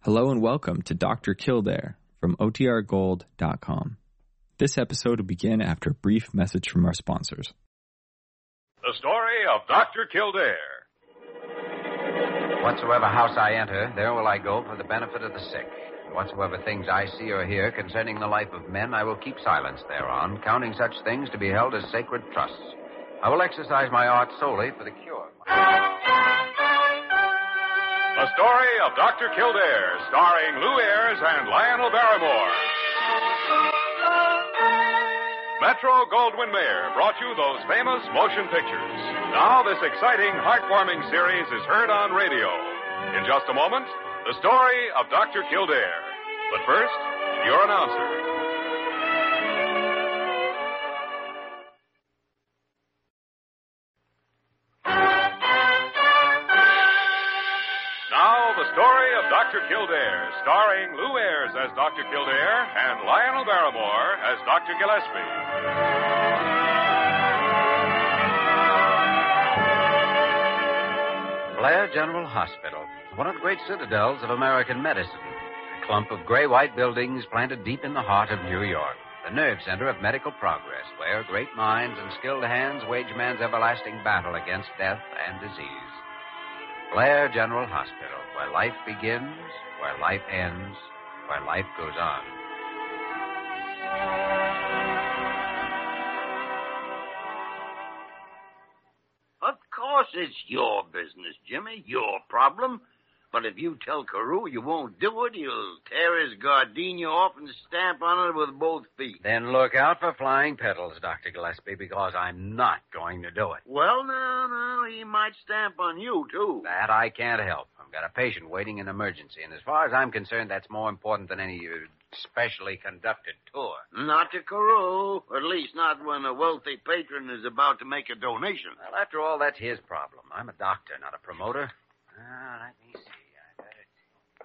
Hello and welcome to Dr. Kildare from OTRGold.com. This episode will begin after a brief message from our sponsors. The story of Dr. Kildare. Whatsoever house I enter, there will I go for the benefit of the sick. And Whatsoever things I see or hear concerning the life of men, I will keep silence thereon, counting such things to be held as sacred trusts. I will exercise my art solely for the cure. The story of Dr. Kildare, starring Lou Ayres and Lionel Barrymore. Metro Goldwyn Mayer brought you those famous motion pictures. Now, this exciting, heartwarming series is heard on radio. In just a moment, the story of Dr. Kildare. But first, your announcer, Now, the story of Dr. Kildare, starring Lou Ayres as Dr. Kildare and Lionel Barrymore as Dr. Gillespie. Blair General Hospital, one of the great citadels of American medicine. A clump of gray white buildings planted deep in the heart of New York. The nerve center of medical progress, where great minds and skilled hands wage man's everlasting battle against death and disease. Blair General Hospital, where life begins, where life ends, where life goes on. Of course it's your business, Jimmy, your problem. But if you tell Carew you won't do it, he'll tear his gardenia off and stamp on it with both feet. Then look out for flying petals, Dr. Gillespie, because I'm not going to do it. Well, no, no, he might stamp on you, too. That I can't help. I've got a patient waiting in emergency, and as far as I'm concerned, that's more important than any uh, specially conducted tour. Not to Carew, at least not when a wealthy patron is about to make a donation. Well, after all, that's his problem. I'm a doctor, not a promoter. Ah, let me see. I better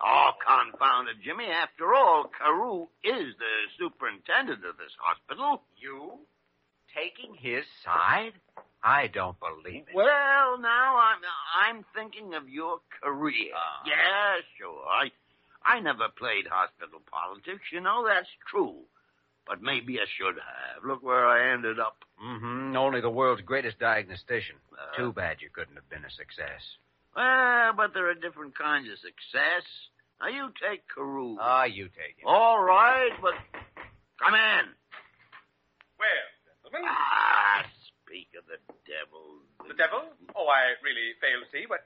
Oh, confound it, Jimmy. After all, Carew is the superintendent of this hospital. You taking his side? I don't believe it. Well, now I'm I'm thinking of your career. Ah. yeah, sure. I I never played hospital politics, you know, that's true. But maybe I should have. Look where I ended up. Mm-hmm. Only the world's greatest diagnostician. Uh, Too bad you couldn't have been a success. Well, but there are different kinds of success. Now you take Carew. Ah, you take Oh. it. All right, but come in. Well, gentlemen, Ah, speak of the devil. the devil? Oh, I really fail to see what.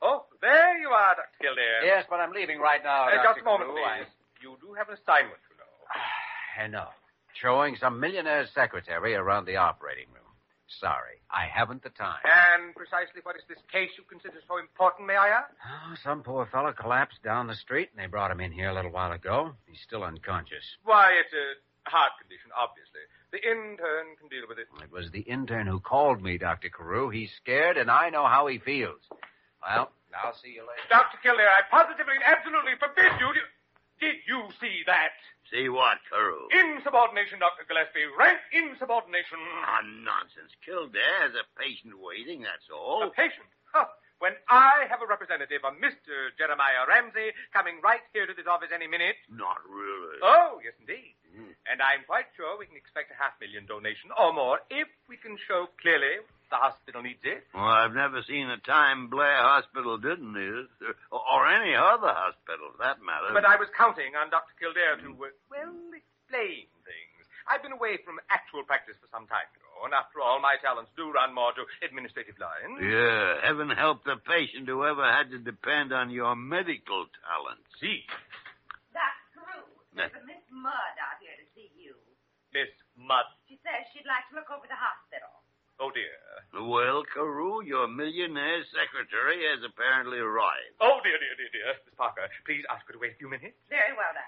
Oh, there you are, Dr. Kildare. Yes, but I'm leaving right now. Uh, just Dr. a moment, Carew. I- please. You do have an assignment, you know. I know. Showing some millionaire's secretary around the operating room. Sorry, I haven't the time. And precisely what is this case you consider so important, may I ask? Oh, some poor fellow collapsed down the street, and they brought him in here a little while ago. He's still unconscious. Why, it's a heart condition, obviously. The intern can deal with it. It was the intern who called me, Dr. Carew. He's scared, and I know how he feels. Well, I'll see you later. Dr. Kildare, I positively and absolutely forbid you to. Did you see that? See what, Carew? Insubordination, Dr. Gillespie. Rank insubordination. Ah, nonsense. Kildare has a patient waiting, that's all. A patient. Huh. When I have a representative, a Mr. Jeremiah Ramsey, coming right here to this office any minute, Not really. Oh, yes, indeed. Mm. And I'm quite sure we can expect a half million donation or more if we can show clearly the hospital needs it. Well, I've never seen a time Blair Hospital didn't need it, or, or any other hospital, for that matter. But I was counting on Dr. Kildare to, uh, well, explain things. I've been away from actual practice for some time, you know, and after all, my talents do run more to administrative lines. Yeah, heaven help the patient who ever had to depend on your medical talents. See, That's true. Yes. There's a Miss Mudd out here to see you. Miss Mudd. She says she'd like to look over the hospital. Oh, dear. Well, Carew, your millionaire secretary has apparently arrived. Oh, dear, dear, dear, dear. Miss Parker, please ask her to wait a few minutes. Very well, Doctor.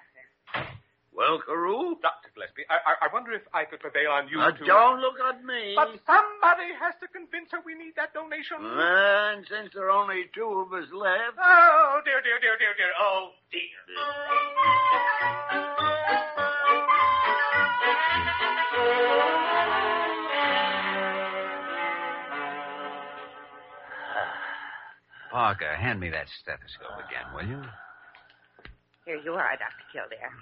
Well, Carew, Dr. Gillespie, I, I, I wonder if I could prevail on you now to... don't look at me. But somebody has to convince her we need that donation. Mm. And since there are only two of us left, Oh, dear, dear, dear, dear, dear. Oh, dear. Parker, hand me that stethoscope again, will you? Here you are, Dr. Kildare.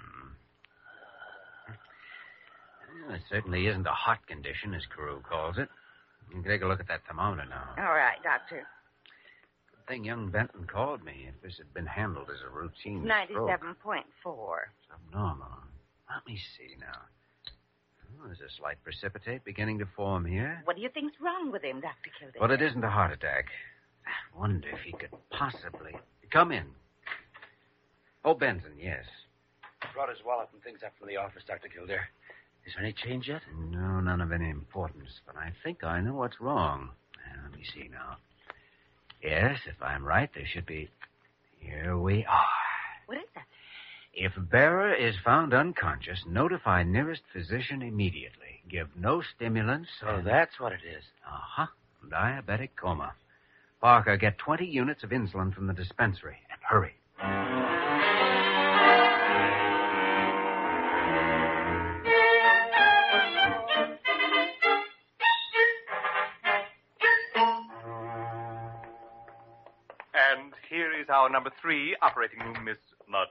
Well, it certainly isn't a hot condition, as Carew calls it. You can take a look at that thermometer now. All right, Doctor. Good thing young Benton called me. If this had been handled as a routine stroke, 97.4. it's abnormal. Let me see now. Oh, there's a slight precipitate beginning to form here. What do you think's wrong with him, Dr. Kildare? But it isn't a heart attack. I wonder if he could possibly come in. Oh, Benson, yes. Brought his wallet and things up from the office, Dr. Kildare. Is there any change yet? No, none of any importance, but I think I know what's wrong. Uh, Let me see now. Yes, if I'm right, there should be. Here we are. What is that? If bearer is found unconscious, notify nearest physician immediately. Give no stimulants. So Oh, that's what it is. Uh huh. Diabetic coma. Parker, get 20 units of insulin from the dispensary and hurry. And here is our number three operating room, Miss Mudd.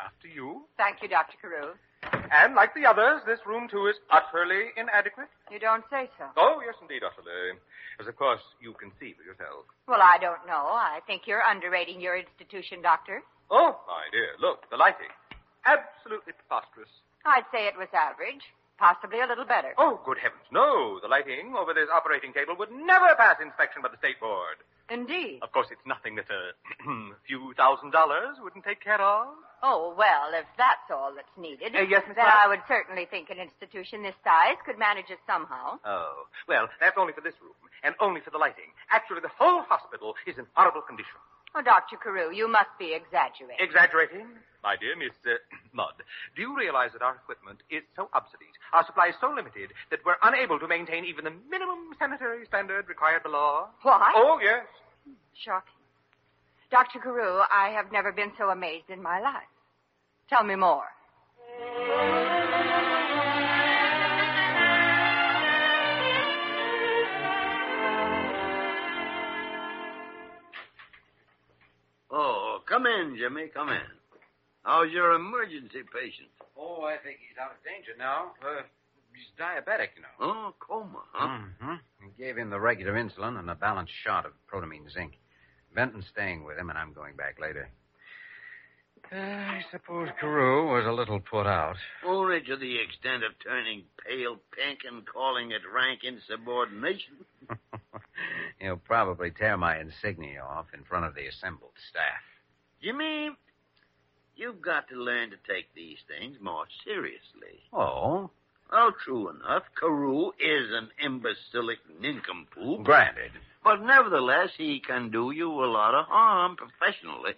After you. Thank you, Dr. Carew. And like the others, this room too is utterly inadequate. You don't say so. Oh, yes, indeed, utterly. As of course you can see for yourself. Well, I don't know. I think you're underrating your institution, Doctor. Oh, my dear, look, the lighting. Absolutely preposterous. I'd say it was average, possibly a little better. Oh, good heavens, no. The lighting over this operating table would never pass inspection by the State Board. Oh, Indeed. Of course, it's nothing that a few thousand dollars wouldn't take care of. Oh, well, if that's all that's needed. Uh, yes, Miss Then Mark? I would certainly think an institution this size could manage it somehow. Oh, well, that's only for this room, and only for the lighting. Actually, the whole hospital is in horrible condition. Oh, Dr. Carew, you must be exaggerating. Exaggerating? My dear Miss uh, Mudd, do you realize that our equipment is so obsolete, our supply is so limited, that we're unable to maintain even the minimum sanitary standard required by law? What? Oh, yes. Shocking. Dr. Carew, I have never been so amazed in my life. Tell me more. Oh, come in, Jimmy. Come in. How's your emergency patient? Oh, I think he's out of danger now. Uh, he's diabetic, you know. Oh, coma, huh? Mm-hmm. We gave him the regular insulin and a balanced shot of protamine zinc. Benton's staying with him, and I'm going back later. Uh, I suppose Carew was a little put out. Only to the extent of turning pale pink and calling it rank insubordination. He'll probably tear my insignia off in front of the assembled staff. Jimmy, you've got to learn to take these things more seriously. Oh, Well, true enough, Carew is an imbecilic nincompoop, granted. but nevertheless, he can do you a lot of harm professionally.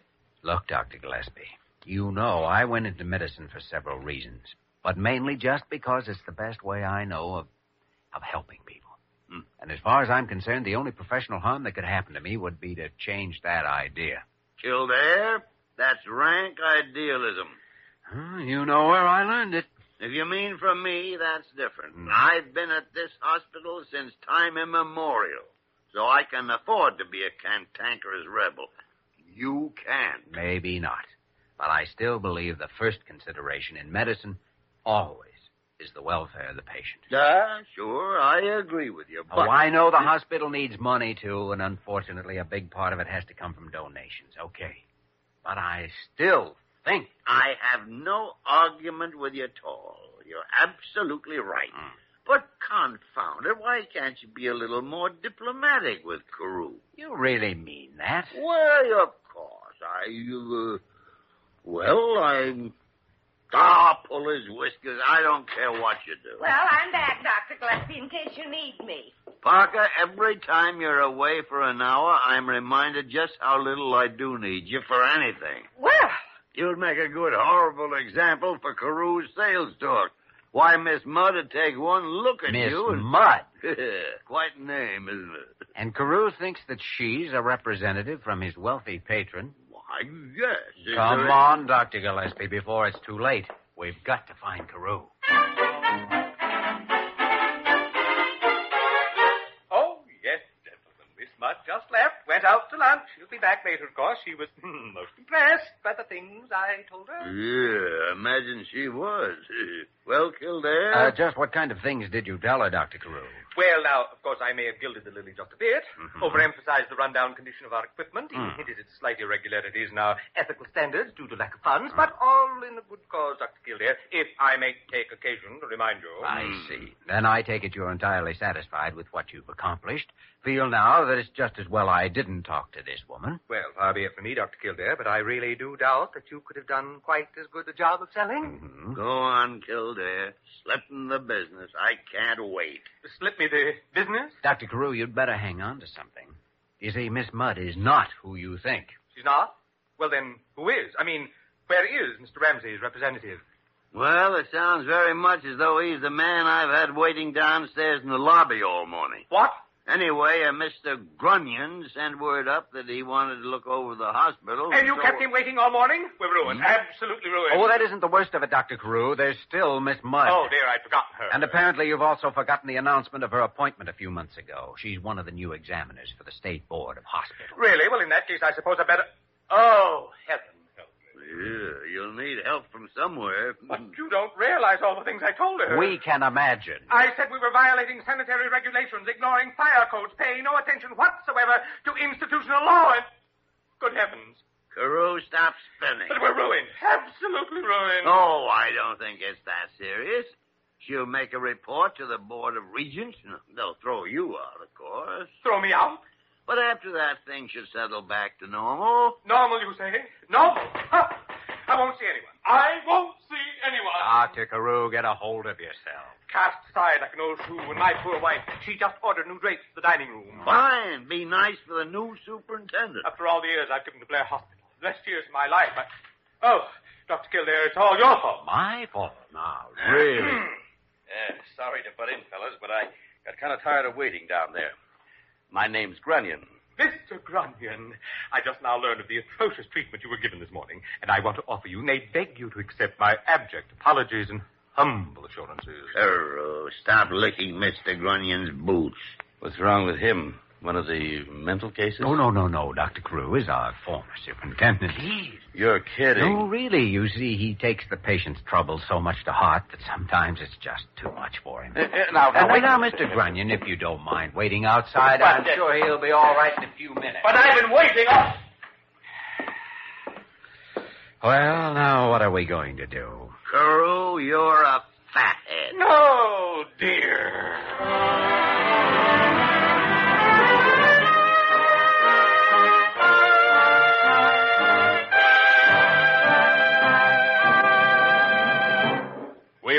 Look, Dr. Gillespie, you know I went into medicine for several reasons, but mainly just because it's the best way I know of, of helping people. Hmm. And as far as I'm concerned, the only professional harm that could happen to me would be to change that idea. Kildare, that's rank idealism. Huh, you know where I learned it. If you mean from me, that's different. I've been at this hospital since time immemorial, so I can afford to be a cantankerous rebel. You can't. Maybe not. But I still believe the first consideration in medicine always is the welfare of the patient. Ah, sure, I agree with you, Oh, but... I know the hospital needs money, too, and unfortunately, a big part of it has to come from donations. Okay. But I still think. I have no argument with you at all. You're absolutely right. Mm. But confound it, why can't you be a little more diplomatic with Carew? You really mean that? Why, of course. I, uh, well, I'm. Ah, pull his whiskers. I don't care what you do. Well, I'm back, Dr. Gillespie, in case you need me. Parker, every time you're away for an hour, I'm reminded just how little I do need you for anything. Well, You'd make a good, horrible example for Carew's sales talk. Why, Miss Mudd would take one look at Miss you and... Mudd. Quite a name, isn't it? And Carew thinks that she's a representative from his wealthy patron. Why, yes. Is Come there a- on, Dr. Gillespie, before it's too late. We've got to find Carew. Oh, yes, gentlemen. Miss Mudd just left, went out to lunch. You be back later, of course. She was hmm, most impressed by the things I told her. Yeah, imagine she was. Well, Kildare. Uh, just what kind of things did you tell her, Dr. Carew? Well, now, of course, I may have gilded the lily just a bit, Mm-hmm. overemphasized the rundown condition of our equipment, even Mm. hinted at slight irregularities in our ethical standards due to lack of funds, Mm. but all in a good cause, Dr. Kildare, if I may take occasion to remind you. Hmm. I see. Then I take it you're entirely satisfied with what you've accomplished. Feel now that it's just as well I didn't talk to this woman. Well, far be it from me, Dr. Kildare, but I really do doubt that you could have done quite as good a job of Hmm. Mm. selling. Mm-hmm. Go on, Kildare. Slip in the business. I can't wait. Slip me the business? Dr. Carew, you'd better hang on to something. You see, Miss Mudd is not who you think. She's not? Well, then, who is? I mean, where is Mr. Ramsey's representative? Well, it sounds very much as though he's the man I've had waiting downstairs in the lobby all morning. What? Anyway, a Mr. Grunion sent word up that he wanted to look over the hospital. And you so- kept him waiting all morning? We're ruined. Absolutely ruined. Mm. Oh, that isn't the worst of it, Dr. Carew. There's still Miss Mudd. Oh, dear, I'd forgotten her. And apparently you've also forgotten the announcement of her appointment a few months ago. She's one of the new examiners for the State Board of Hospitals. Really? Well, in that case, I suppose I better... Oh, heaven help me. Yeah, you'll need help from somewhere. But you don't realize all the things I told her. We can imagine. I said we were violating sanitary regulations, ignoring fire codes, paying no attention whatsoever to institutional law and... Good heavens. Carew, stop spinning. But we're ruined. Absolutely ruined. Oh, I don't think it's that serious. She'll make a report to the Board of Regents. They'll throw you out, of course. Throw me out? But after that, things should settle back to normal. Normal, you say? Normal? Huh. I won't see anyone. I won't see anyone. Dr. Carew, get a hold of yourself. Cast aside like an old shoe, and my poor wife, she just ordered new drapes for the dining room. Fine. Be nice for the new superintendent. After all the years I've given to Blair Hospital, the best years of my life, I... Oh, Dr. Kildare, it's all your fault. My fault now, really. Yeah, Uh, sorry to butt in, fellas, but I got kind of tired of waiting down there. My name's Grunion. Mr. Grunion, I just now learned of the atrocious treatment you were given this morning, and I want to offer you, nay, beg you to accept my abject apologies and humble assurances. Carew, stop licking Mr. Grunion's boots. What's wrong with him? One of the mental cases? Oh, no, no, no. Dr. Carew is our former superintendent. He's You're kidding. No, really. You see, he takes the patient's trouble so much to heart that sometimes it's just too much for him. Eh, eh, now, And wait Uh, now, a Mr. minute. Grunion, if you don't mind waiting outside, I'm But- sure he'll be all right in a few minutes. But I've been waiting on... Well, now, what are we going to do? Carew, you're a fathead. No, dear. We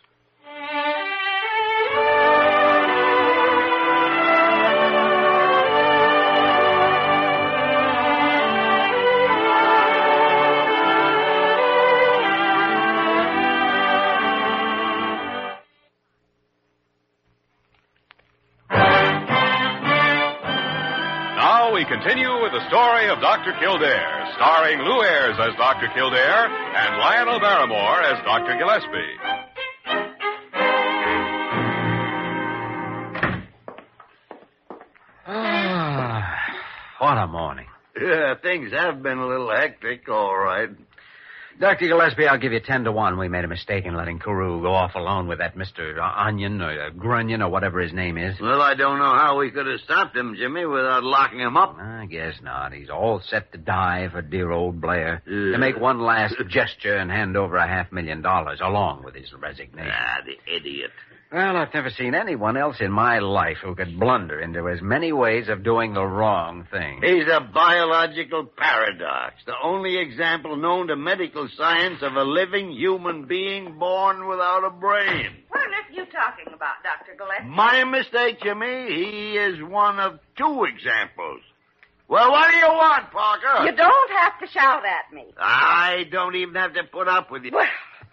Now we continue with the story of Dr. Kildare, starring Lou Ayres as Dr. Kildare and Lionel Barrymore as Dr. Gillespie. Ah, what a morning. Yeah, things have been a little hectic, all right. Dr. Gillespie, I'll give you 10 to 1. We made a mistake in letting Carew go off alone with that Mr. Onion or uh, Grunion or whatever his name is. Well, I don't know how we could have stopped him, Jimmy, without locking him up. I guess not. He's all set to die for dear old Blair. Yeah. To make one last gesture and hand over a half million dollars along with his resignation. Ah, the idiot. Well, I've never seen anyone else in my life who could blunder into as many ways of doing the wrong thing. He's a biological paradox, the only example known to medical science of a living human being born without a brain. What on earth are you talking about, Dr. Gillespie? My mistake, Jimmy. He is one of two examples. Well, what do you want, Parker? You don't have to shout at me. I don't even have to put up with you.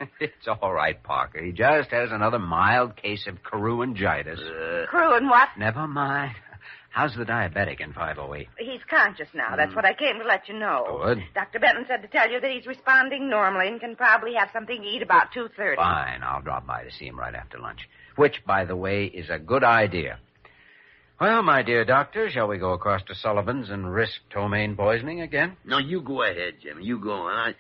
it's all right, Parker. He just has another mild case of caruangitis. Uh, Crew and what? Never mind. How's the diabetic in 508? He's conscious now. Mm. That's what I came to let you know. Good. Dr. Benton said to tell you that he's responding normally and can probably have something to eat about 2.30. Fine. I'll drop by to see him right after lunch. Which, by the way, is a good idea. Well, my dear doctor, shall we go across to Sullivan's and risk ptomaine poisoning again? No, you go ahead, Jimmy. You go on. I,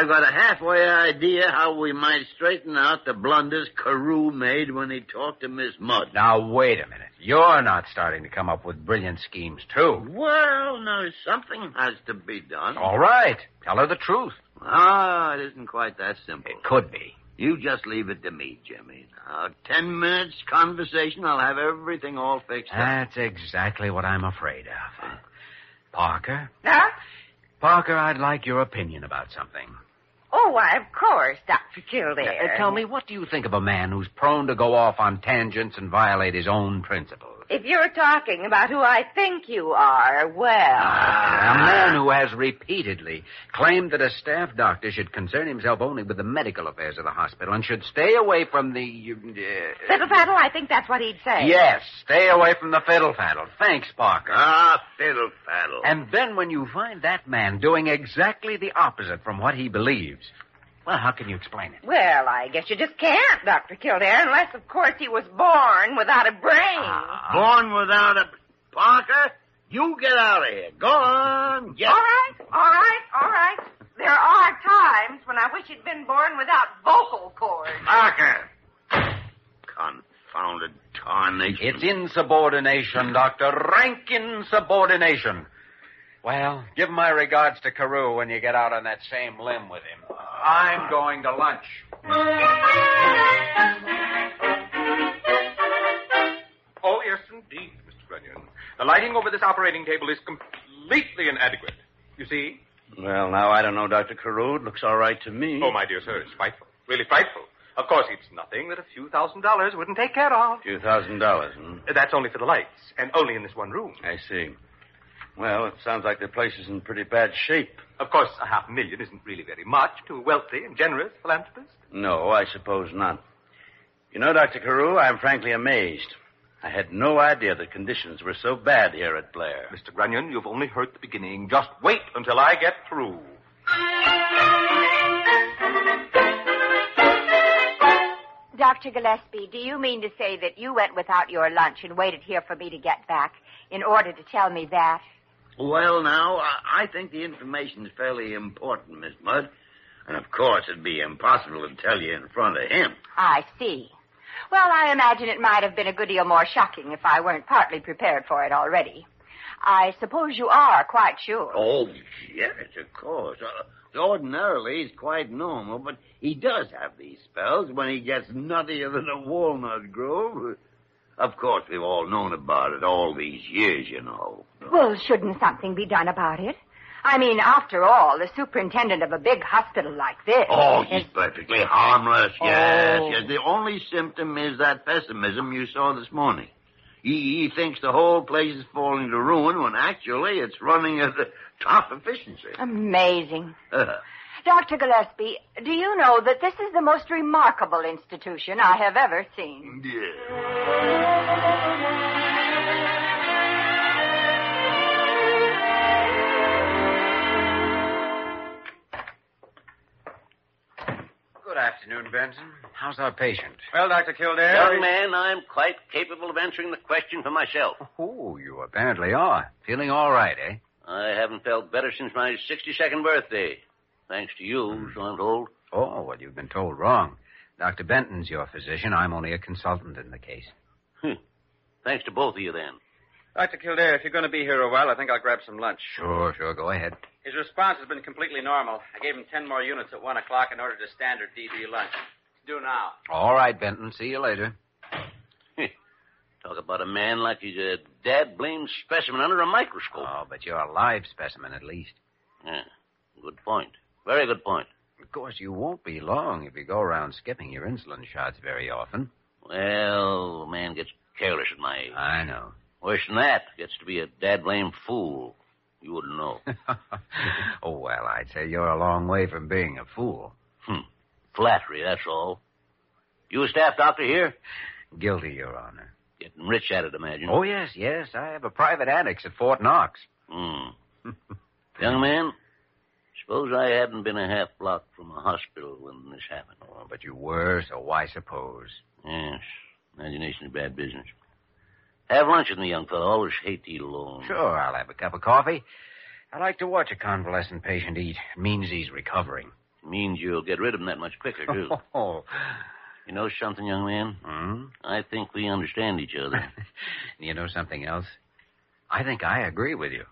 I've got a halfway idea how we might straighten out the blunders Carew made when he talked to Miss Mudd. Now, wait a minute. You're not starting to come up with brilliant schemes, too. Well, no, something has to be done. All right. Tell her the truth. Ah, it isn't quite that simple. It could be. You just leave it to me, Jimmy. Now, ten minutes conversation, I'll have everything all fixed up. That's exactly what I'm afraid of. Parker? Huh? Parker, I'd like your opinion about something. Oh, why, of course, Dr. Kildare. Uh, tell me, what do you think of a man who's prone to go off on tangents and violate his own principles? If you're talking about who I think you are, well. A man who has repeatedly claimed that a staff doctor should concern himself only with the medical affairs of the hospital and should stay away from the. uh, Fiddle Faddle, I think that's what he'd say. yes, stay away from the fiddle faddle. Thanks, Parker. Ah, fiddle faddle. and then when you find that man doing exactly the opposite from what he believes, well, how can you explain it? Well, I guess you just can't, Dr. Kildare, unless, of course, he was born without a brain. Ah, Born without a. Parker, you get out of here. Go on. Get All right, all right, all right. There are times when I wish he'd been born without vocal cords. Parker. Confounded tarnation. It's insubordination, Doctor. Rank insubordination. Well, give my regards to Carew when you get out on that same limb with him. I'm going to lunch. Oh, yes, indeed, Mr. Grenion. The lighting over this operating table is completely inadequate. You see? Well, now I don't know, Doctor Carew. It looks all right to me. Oh, my dear sir, it's frightful. Really frightful. Of course, it's nothing that a few thousand dollars wouldn't take care of. Few thousand dollars. Hmm? That's only for the lights, and only in this one room. I see. Well, it sounds like the place is in pretty bad shape. Of course, a half million isn't really very much to a wealthy and generous philanthropist. No, I suppose not. You know, Dr. Carew, I'm frankly amazed. I had no idea the conditions were so bad here at Blair. Mr. Grunion, you've only heard the beginning. Just wait until I get through. Dr. Gillespie, do you mean to say that you went without your lunch and waited here for me to get back in order to tell me that? Well, now, I, I think the information's fairly important, Miss Mudd. And of course, it'd be impossible to tell you in front of him. I see. Well, I imagine it might have been a good deal more shocking if I weren't partly prepared for it already. I suppose you are quite sure. Oh, yes, of course. Uh, ordinarily, he's quite normal, but he does have these spells when he gets nuttier than a walnut grove. Of course, we've all known about it all these years, you know. Well, shouldn't something be done about it? I mean, after all, the superintendent of a big hospital like this. Oh, is- he's perfectly harmless. Yes, Oh. yes. The only symptom is that pessimism you saw this morning. He, he thinks the whole place is falling to ruin when actually it's running at the top efficiency. Amazing. Uh, Dr. Gillespie, do you know that this is the most remarkable institution I have ever seen? yeah. Good afternoon, Benson. How's our patient? Well, Dr. Kildare. Young man, I'm quite capable of answering the question for myself. Oh, you apparently are. Feeling all right, eh? I haven't felt better since my 62nd birthday. Thanks to you, so I'm told. Oh, well, you've been told wrong. Dr. Benton's your physician. I'm only a consultant in the case. Thanks to both of you, then. Dr. Kildare, if you're going to be here a while, I think I'll grab some lunch. Sure, sure. Go ahead. His response has been completely normal. I gave him 10 more units at 1 o'clock in order to standard DB lunch. It's due now. All right, Benton. See you later. Talk about a man like he's a dad blamed specimen under a microscope. Oh, but you're a live specimen at least. Yeah, good point. Very good point. Of course, you won't be long if you go around skipping your insulin shots very often. Well, a man gets careless at my age. I know. Worse than that, gets to be a dad blamed fool. You wouldn't know. oh, well, I'd say you're a long way from being a fool. Flattery, that's all. You a staff doctor here? Guilty, Your Honor. Getting rich at it, imagine. Oh, yes, yes. I have a private annex at Fort Knox. Hmm. Young man, suppose I hadn't been a half block from a hospital when this happened. Oh, but you were, so why suppose? Yes, imagination's bad business. Have lunch with me, young fellow. I always hate to eat alone. Sure, I'll have a cup of coffee. I like to watch a convalescent patient eat. It means he's recovering. Means you'll get rid of him that much quicker, too. Oh. you know something, young man? Hmm? I think we understand each other. You know something else? I think I agree with you.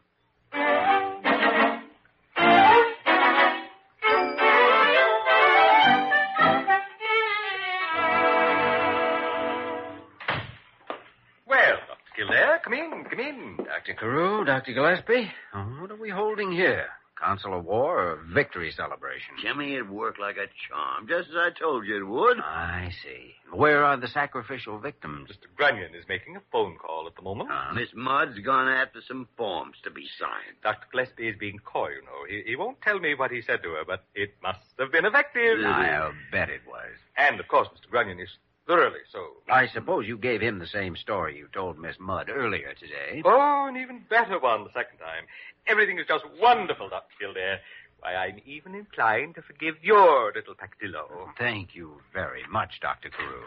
Well, Dr. Kildare, come in, come in. Dr. Carew, Dr. Gillespie, uh, what are we holding here? Council of War or victory celebration? Jimmy, it worked like a charm, just as I told you it would. I see. Where are the sacrificial victims? Mr. Grunion is making a phone call at the moment. Uh, Ah, Miss Mudd's gone after some forms to be signed. Dr. Gillespie is being coy, you know. He, he won't tell me what he said to her, but it must have been effective. I'll bet it was. And, of course, Mr. Grunion is thoroughly so. I suppose you gave him the same story you told Miss Mudd earlier today. Oh, an even better one the second time. Everything is just wonderful, Dr. Kildare. Why, I'm even inclined to forgive your little pactillo. Thank you very much, Dr. Carew.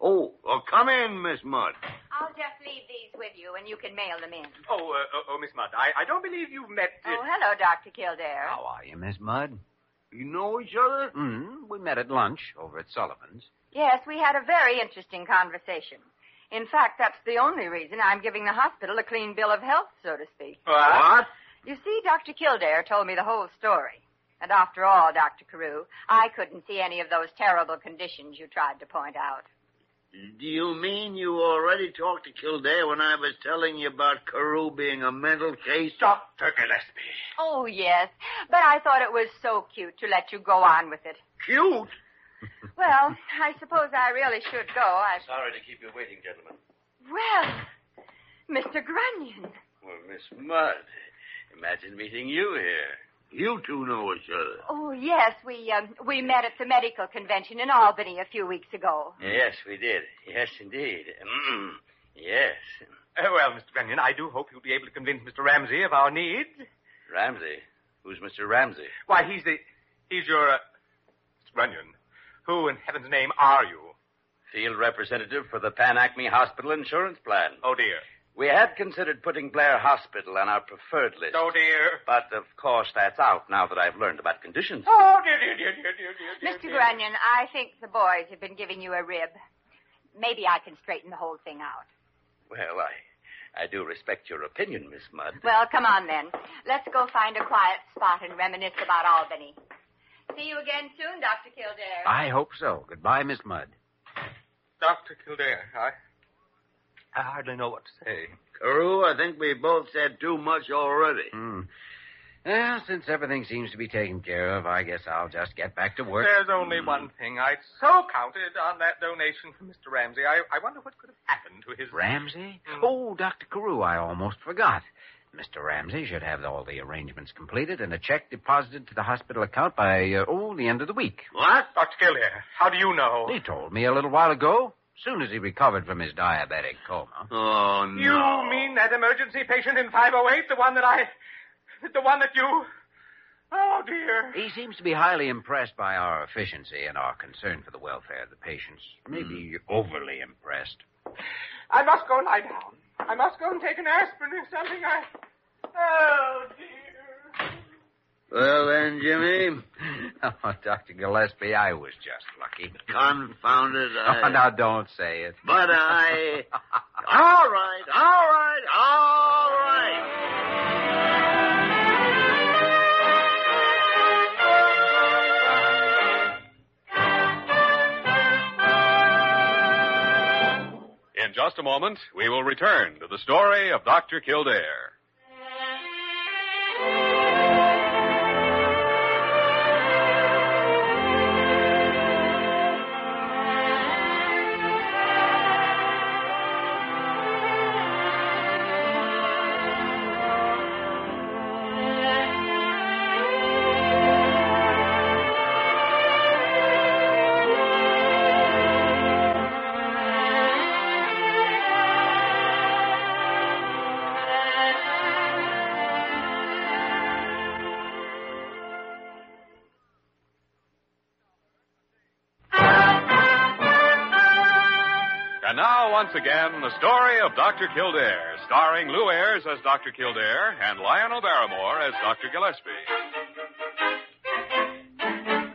Oh, well, come in, Miss Mudd. I'll just leave these with you, and you can mail them in. Oh, uh, oh, oh, Miss Mudd, I, I don't believe you've met... uh, Oh, hello, Dr. Kildare. How are you, Miss Mudd? You know each other? Mm, we met at lunch over at Sullivan's. Yes, we had a very interesting conversation. In fact, that's the only reason I'm giving the hospital a clean bill of health, so to speak. What? You see, Dr. Kildare told me the whole story. And after all, Dr. Carew, I couldn't see any of those terrible conditions you tried to point out. Do you mean you already talked to Kildare when I was telling you about Carew being a mental case? Dr. Gillespie. Oh, yes, but I thought it was so cute to let you go on with it. Cute? Well, I suppose I really should go. I... Sorry to keep you waiting, gentlemen. Well, Mr. Grunion. Well, Miss Mudd, imagine meeting you here. You two know each other. Oh, yes, we, um, we met at the medical convention in Albany a few weeks ago. Yes, we did. Yes, indeed. Mm, yes. Uh, well, Mr. Grunion, I do hope you'll be able to convince Mr. Ramsey of our needs. Ramsey. Who's Mr. Ramsey? Why, he's the... He's your... Uh, Mr. Grunion, who in heaven's name are you? Field representative for the Pan Acme Hospital Insurance Plan. Oh, dear. We had considered putting Blair Hospital on our preferred list. Oh, dear. But of course, that's out now that I've learned about conditions. Oh, dear, dear, dear, dear, dear, dear, dear. Mr. Grunion, I think the boys have been giving you a rib. Maybe I can straighten the whole thing out. Well, I, I do respect your opinion, Miss Mudd. Well, come on then. Let's go find a quiet spot and reminisce about Albany. See you again soon, Dr. Kildare. I hope so. Goodbye, Miss Mudd. Dr. Kildare, I... I hardly know what to say. Carew, I think we both said too much already. Hmm. Well, since everything seems to be taken care of, I guess I'll just get back to work. There's only one thing. I so counted on that donation from Mr. Ramsey. I, I wonder what could have happened to his. Ramsey? Mm. Oh, Dr. Carew, I almost forgot. Mr. Ramsey should have all the arrangements completed and a check deposited to the hospital account by, uh, oh, the end of the week. What? Dr. Kildare, how do you know? He told me a little while ago, soon as he recovered from his diabetic coma. Oh, no. You mean that emergency patient in 508? The one that I. The one that you. Oh, dear. He seems to be highly impressed by our efficiency and our concern for the welfare of the patients. Hmm. Maybe overly impressed. I must go lie down. I must go and take an aspirin or something. I. Oh, dear. Well, then, Jimmy, oh, Dr. Gillespie, I was just lucky. confounded. I... Oh, now don't say it. Uh, But I. All right, all right, all right. In just a moment, we will return to the story of Dr. Kildare. And now, once again, the story of Dr. Kildare, starring Lou Ayres as Dr. Kildare and Lionel Barrymore as Dr. Gillespie.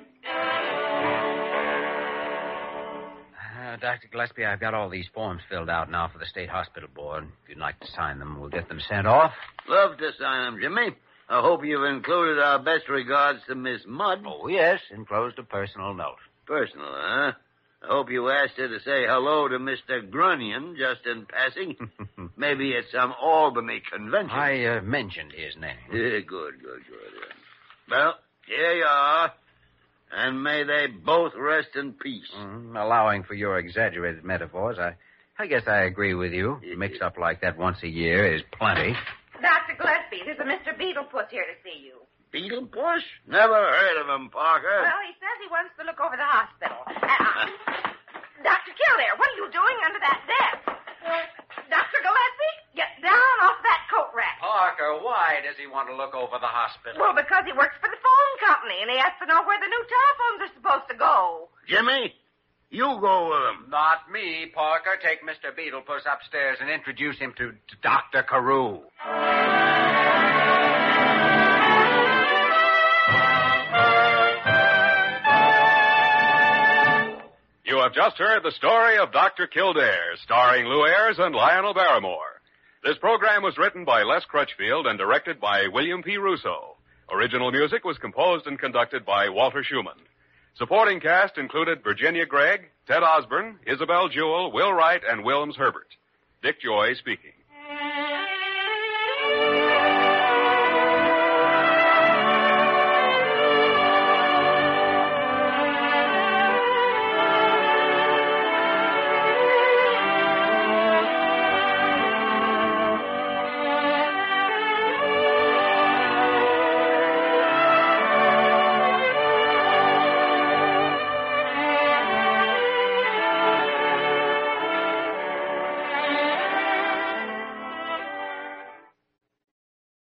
Uh, Dr. Gillespie, I've got all these forms filled out now for the State Hospital Board. If you'd like to sign them, we'll get them sent off. Love to sign 'em, Jimmy. I hope you've included our best regards to Miss Mudd. Oh, yes, enclosed a personal note. Personal, huh? I hope you asked her to say hello to Mr. Grunion just in passing. Maybe at some Albany convention. I uh, mentioned his name. Yeah, good, good, good. yeah. Well, here you are. And may they both rest in peace. Mm, allowing for your exaggerated metaphors, I, I guess I agree with you. Mix up like that once a year is plenty. Dr. Gillespie, there's a Mr. Beetlepuss here to see you. Beetle Push? Never heard of him, Parker. Well, he says he wants to look over the hospital. Uh-huh. Uh, Dr. Kildare, what are you doing under that desk? Dr. Gillespie, get down off that coat rack. Parker, why does he want to look over the hospital? Well, because he works for the phone company, and he has to know where the new telephones are supposed to go. Jimmy, you go with him. Not me, Parker. Take Mr. Beetlepuss upstairs and introduce him to Dr. Carew. You have just heard the story of Dr. Kildare, starring Lou Ayres and Lionel Barrymore. This program was written by Les Crutchfield and directed by William P. Russo. Original music was composed and conducted by Walter Schumann. Supporting cast included Virginia Gregg, Ted Osborne, Isabel Jewell, Will Wright, and Wilms Herbert. Dick Joy speaking.